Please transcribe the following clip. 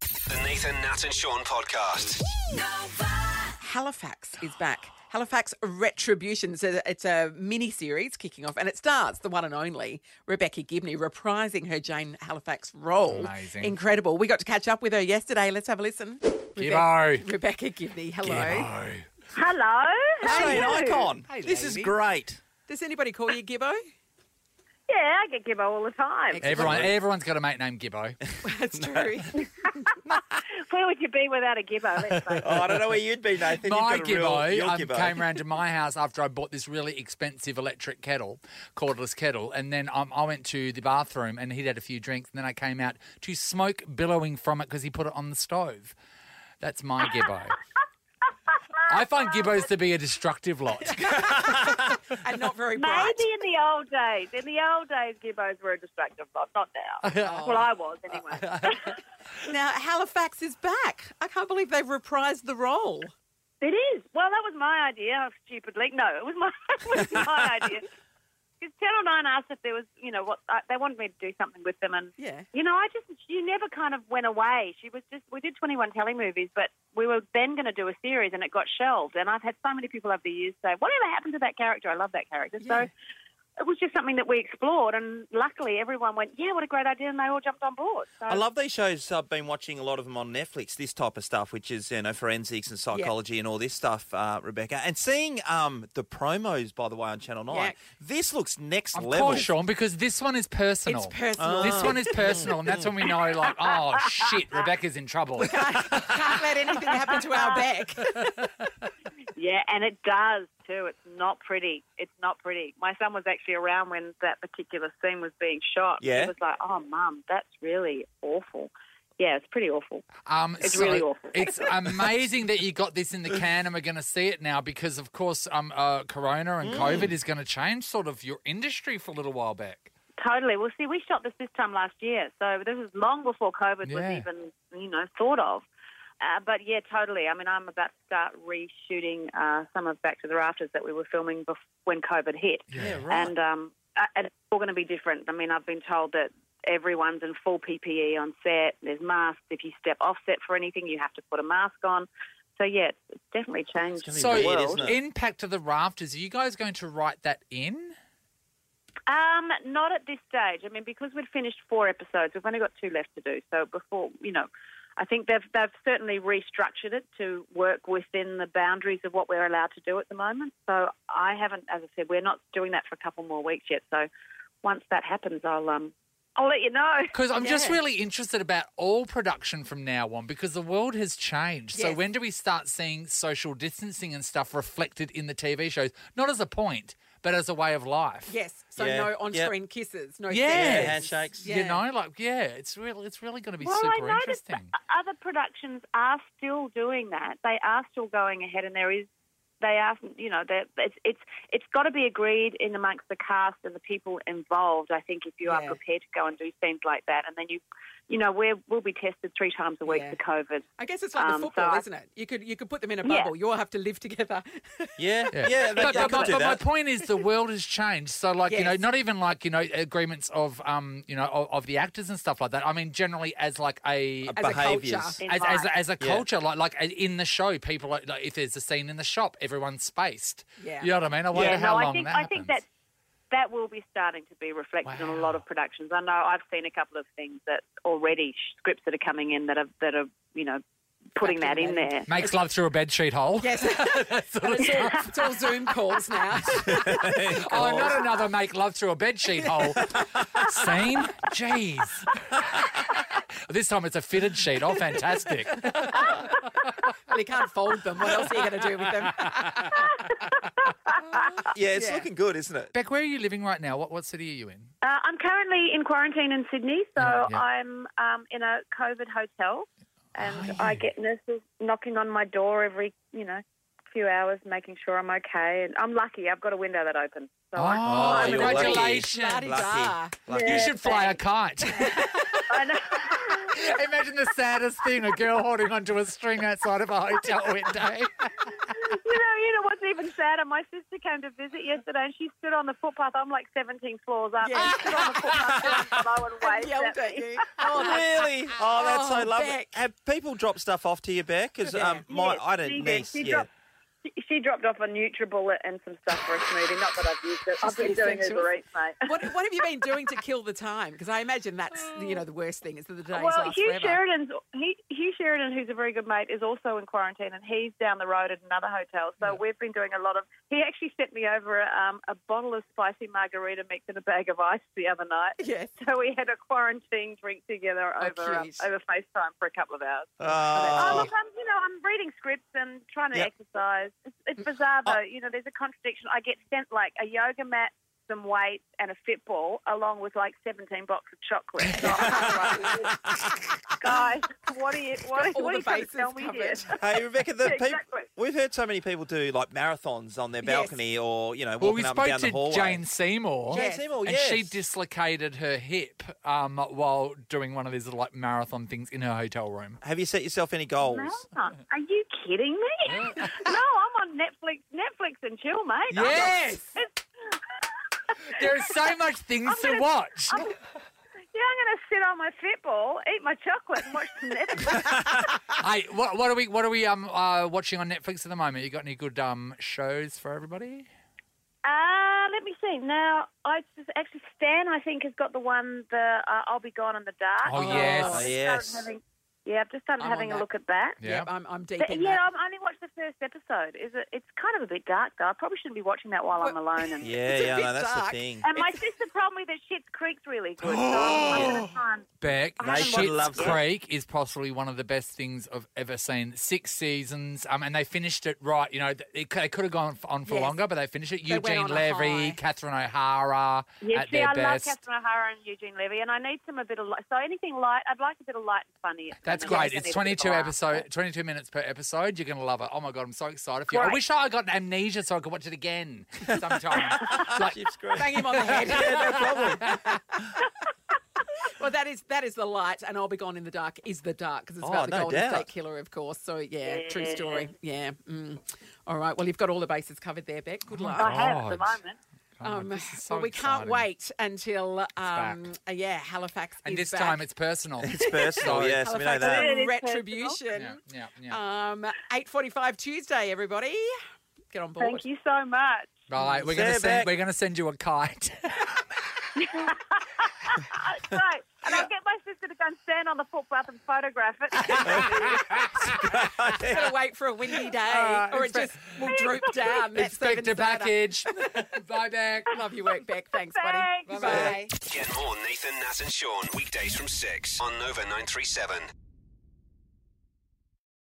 Faith and Nat and Sean podcast. Halifax is back. Halifax Retribution. It's a, it's a mini series kicking off, and it stars the one and only Rebecca Gibney reprising her Jane Halifax role. Amazing. Incredible. We got to catch up with her yesterday. Let's have a listen. Gibbo. Rebecca Gibney, hello. Hello. How are Hey, you? an icon. this is lady. great. Does anybody call you Gibbo? Yeah, I get Gibbo all the time. Excellent. Everyone, everyone's got a mate named Gibbo. That's true. Where would you be without a Gibbo? Let's face it. Oh, I don't know where you'd be, Nathan. my You've got a real- Gibbo your um, Gibbo. came round to my house after I bought this really expensive electric kettle, cordless kettle, and then um, I went to the bathroom and he'd had a few drinks, and then I came out to smoke billowing from it because he put it on the stove. That's my Gibbo. I find Gibbos to be a destructive lot. and not very bright. Maybe in the old days. In the old days, Gibbos were a destructive lot. Not now. Well, I was anyway. Now, Halifax is back. I can't believe they've reprised the role. it is. Well, that was my idea. How stupidly. No, it was my, it was my idea. Because Channel 9 asked if there was, you know, what uh, they wanted me to do something with them. And, Yeah. you know, I just, she never kind of went away. She was just, we did 21 telly movies, but we were then going to do a series and it got shelved. And I've had so many people over the years say, whatever happened to that character? I love that character. Yeah. So it was just something that we explored. And luckily, everyone went, yeah, what a great idea. And they all jumped on board. So, I love these shows. I've been watching a lot of them on Netflix. This type of stuff, which is you know forensics and psychology and all this stuff, uh, Rebecca, and seeing um, the promos by the way on Channel Nine. Yeah. This looks next Of level. course, Sean, because this one is personal. It's personal. This one is personal, and that's when we know, like, oh shit, Rebecca's in trouble. Uh. Can't let anything happen to our back. yeah, and it does too. It's not pretty. It's not pretty. My son was actually around when that particular scene was being shot. Yeah. He was like, oh, mum, that's really awful. Yeah, it's pretty awful. Um, It's really awful. It's amazing that you got this in the can, and we're going to see it now because, of course, um, uh, Corona and COVID is going to change sort of your industry for a little while back. Totally. Well, see, we shot this this time last year, so this is long before COVID Yeah. was even you know thought of. Uh, but yeah, totally. I mean, I'm about to start reshooting uh, some of Back to the Rafters that we were filming bef- when COVID hit, Yeah, and um, uh, and it's all going to be different. I mean, I've been told that everyone's in full PPE on set. There's masks. If you step off set for anything, you have to put a mask on. So yeah, it's, it's definitely changed. gonna be So, the weird, world. isn't it? impact of the rafters. Are you guys going to write that in? Um, not at this stage. I mean, because we'd finished four episodes, we've only got two left to do. So before, you know, I think they've they've certainly restructured it to work within the boundaries of what we're allowed to do at the moment. So I haven't, as I said, we're not doing that for a couple more weeks yet. So once that happens, I'll um, I'll let you know. Because I'm just Yeah. really interested about all production from now on because the world has changed. So Yes. when do we start seeing social distancing and stuff reflected in the TV shows? Not as a point, but as a way of life. Yes. So Yeah. no on-screen kisses. No. Yeah. kisses. Yeah, handshakes. You know, like yeah, it's really it's really going to be well, I super noticed that interesting. other productions are still doing that. They are still going ahead, and there is they are you know that it's it's it's got to be agreed in amongst the cast and the people involved. I think if you Yeah. are prepared to go and do things like that, and then you you know we're, we'll be tested three times a week Yeah. for COVID. I guess it's like the Um, so football, I- isn't it? You could you could put them in a Yeah. bubble. You all have to live together. Yeah, yeah. but, they, they but, could but, do but my that. point is the world has changed. So like you know, Yes. not even like you know agreements of um you know of, of the actors and stuff like that. I mean, generally as like a. As a Behaviours. culture. In as, as, life. a- as a Yeah. culture, like like a- in the show, people are, like if there's a scene in the shop, everyone's spaced. Yeah. you know what I mean. I wonder yeah, how long no, I think that I think that happens. that will be starting to be reflected in a lot of productions. I know I've seen a couple of things that already scripts that are coming in that are that are you know putting that in there. makes love through a bed sheet hole. yes. And it's, all, it's all Zoom calls now. Oh, not another make love through a bed sheet hole scene. Jeez. this time it's a fitted sheet. Oh, fantastic. well, you can't fold them. What else are you going to do with them? Oh, Yeah, it's Yeah. looking good, isn't it? Beck, where are you living right now? What what city are you in? Uh, I'm currently in quarantine in Sydney, so Yeah, yeah. I'm um, in a COVID hotel, and I get nurses knocking on my door every, you know, few hours, making sure I'm okay. And I'm lucky; I've got a window that opens. So I, Oh, you're lucky. congratulations. Lucky. Lucky. You should fly a kite. I know. Imagine the saddest thing a girl holding onto a string outside of a hotel window. you know, you know what's even sadder. My sister came to visit yesterday, and she stood on the footpath. I'm like 17 floors up. Yeah. And she stood on the footpath below and waved Yelled at at me. you. Oh, that's- Really? Oh, that's Oh, so lovely. Beck. Have people dropped stuff off to you, Beck? Because Yeah. um, my Yes, I don't she did. niece, She yeah. dropped- She, she dropped off a NutriBullet and some stuff for a smoothie. Not that I've used it. I've been pretty doing sensual. Uber Eats, mate. What, what have you been doing to kill the time? Because I imagine that's you know the worst thing is that the days Well, last Hugh forever. Sheridan's he, Hugh Sheridan, who's a very good mate, is also in quarantine, and he's down the road at another hotel. So we've been doing a lot of. He actually sent me over um, a bottle of spicy margarita mixed in a bag of ice the other night. Yes. So we had a quarantine drink together Oh, over um, cute. over FaceTime for a couple of hours. Oh. Oh, look, I'm, you know, I'm reading scripts and trying to Yep. exercise. It's, Mm. it's bizarre, Oh. though. You know, there's a contradiction. I get sent like a yoga mat, some weights, and a football, along with like 17 boxes of chocolate. So I'm like, Guys, what are you? What, All what are the you trying to bases tell me here? covered. Hey Rebecca, the Yeah, peop- exactly. we've heard so many people do like marathons on their Yes. balcony or you know walking Well, we up and spoke down the to hallway. Jane Seymour. Jane Yes. Seymour, And yes. she dislocated her hip um, while doing one of these little like marathon things in her hotel room. Have you set yourself any goals? No, are you kidding me? no, I'm on Netflix, Netflix and chill, mate. I'm not- Yes! It's- There are so much things to gonna- watch. yeah, I'm going to sit on my football, eat my chocolate, and watch some Netflix. hey, what, what are we what are we um uh, watching on Netflix at the moment? You got any good um shows for everybody? Uh, let me see. Now, I just, actually Stan, I think, has got the one the uh, I'll be gone in the dark. Oh, yes. Oh, I've just yes. started having- yeah, I've just started I'm on having a that. look at that. Yeah. Yep, I'm, I'm deep But, in yeah, that. I've only watched the first episode. Is it? It's kind of a bit dark though. I probably shouldn't be watching that while I'm alone. And, Yeah, It's a yeah, bit no, that's dark. the thing. and my sister told me that Shit's Creek's really good. So I'm, I'm gonna try and, Beck, haven't watched Schitt's Love's Lane. Creek is possibly one of the best things I've ever seen. Six seasons, um, and they finished it right. You know, th- it, c- they could have gone f- on for Yes. longer, but they finished it. went Eugene on a Levy, high. Catherine O'Hara yeah, at see, their I love best. Catherine O'Hara and Eugene Levy, and I need some a bit of light. So anything light, I'd like a bit of light and funny. at the That's moment. Oh, great. I It's just need a bit of 22 laugh. episode, 22 minutes per episode. You're going to love it. Oh my god, I'm so excited for you. I Great. wish I got amnesia so I could watch it again sometime. Oh, like, Chips great. Bang him on the head. Yeah, no problem. well, that is that is the light, and I'll be gone in the dark is the dark because it's Oh, about the no Golden doubt. State Killer, of course. So yeah, true story. Yeah. Mm. All right. Well, you've got all the bases covered there, Beck. Good luck. I have at the Oh, God. moment. Um, this is so well, we can't exciting. wait until back. um, uh, yeah Halifax and is this time back. Oh, it's personal. It's personal, Sorry. yes, we know Halifax that. It is retribution. yeah, yeah, yeah. Um, eight forty-five Tuesday, everybody. Get on board. Thank you so much. right, we're going to Sarah send Beck. we're going to send you a kite. That's right. Uh, And I'll get my sister to go and stand on the footpath and photograph it. Gotta wait for a windy day, right, or Uh, it expect- just will droop down. That's Expect even a sadder. package. Bye, Beck. Love your work, Beck. Thanks, Thanks. buddy. Bye. Bye. Get more Nathan, Nat, and Sean weekdays from 6 on Nova 937.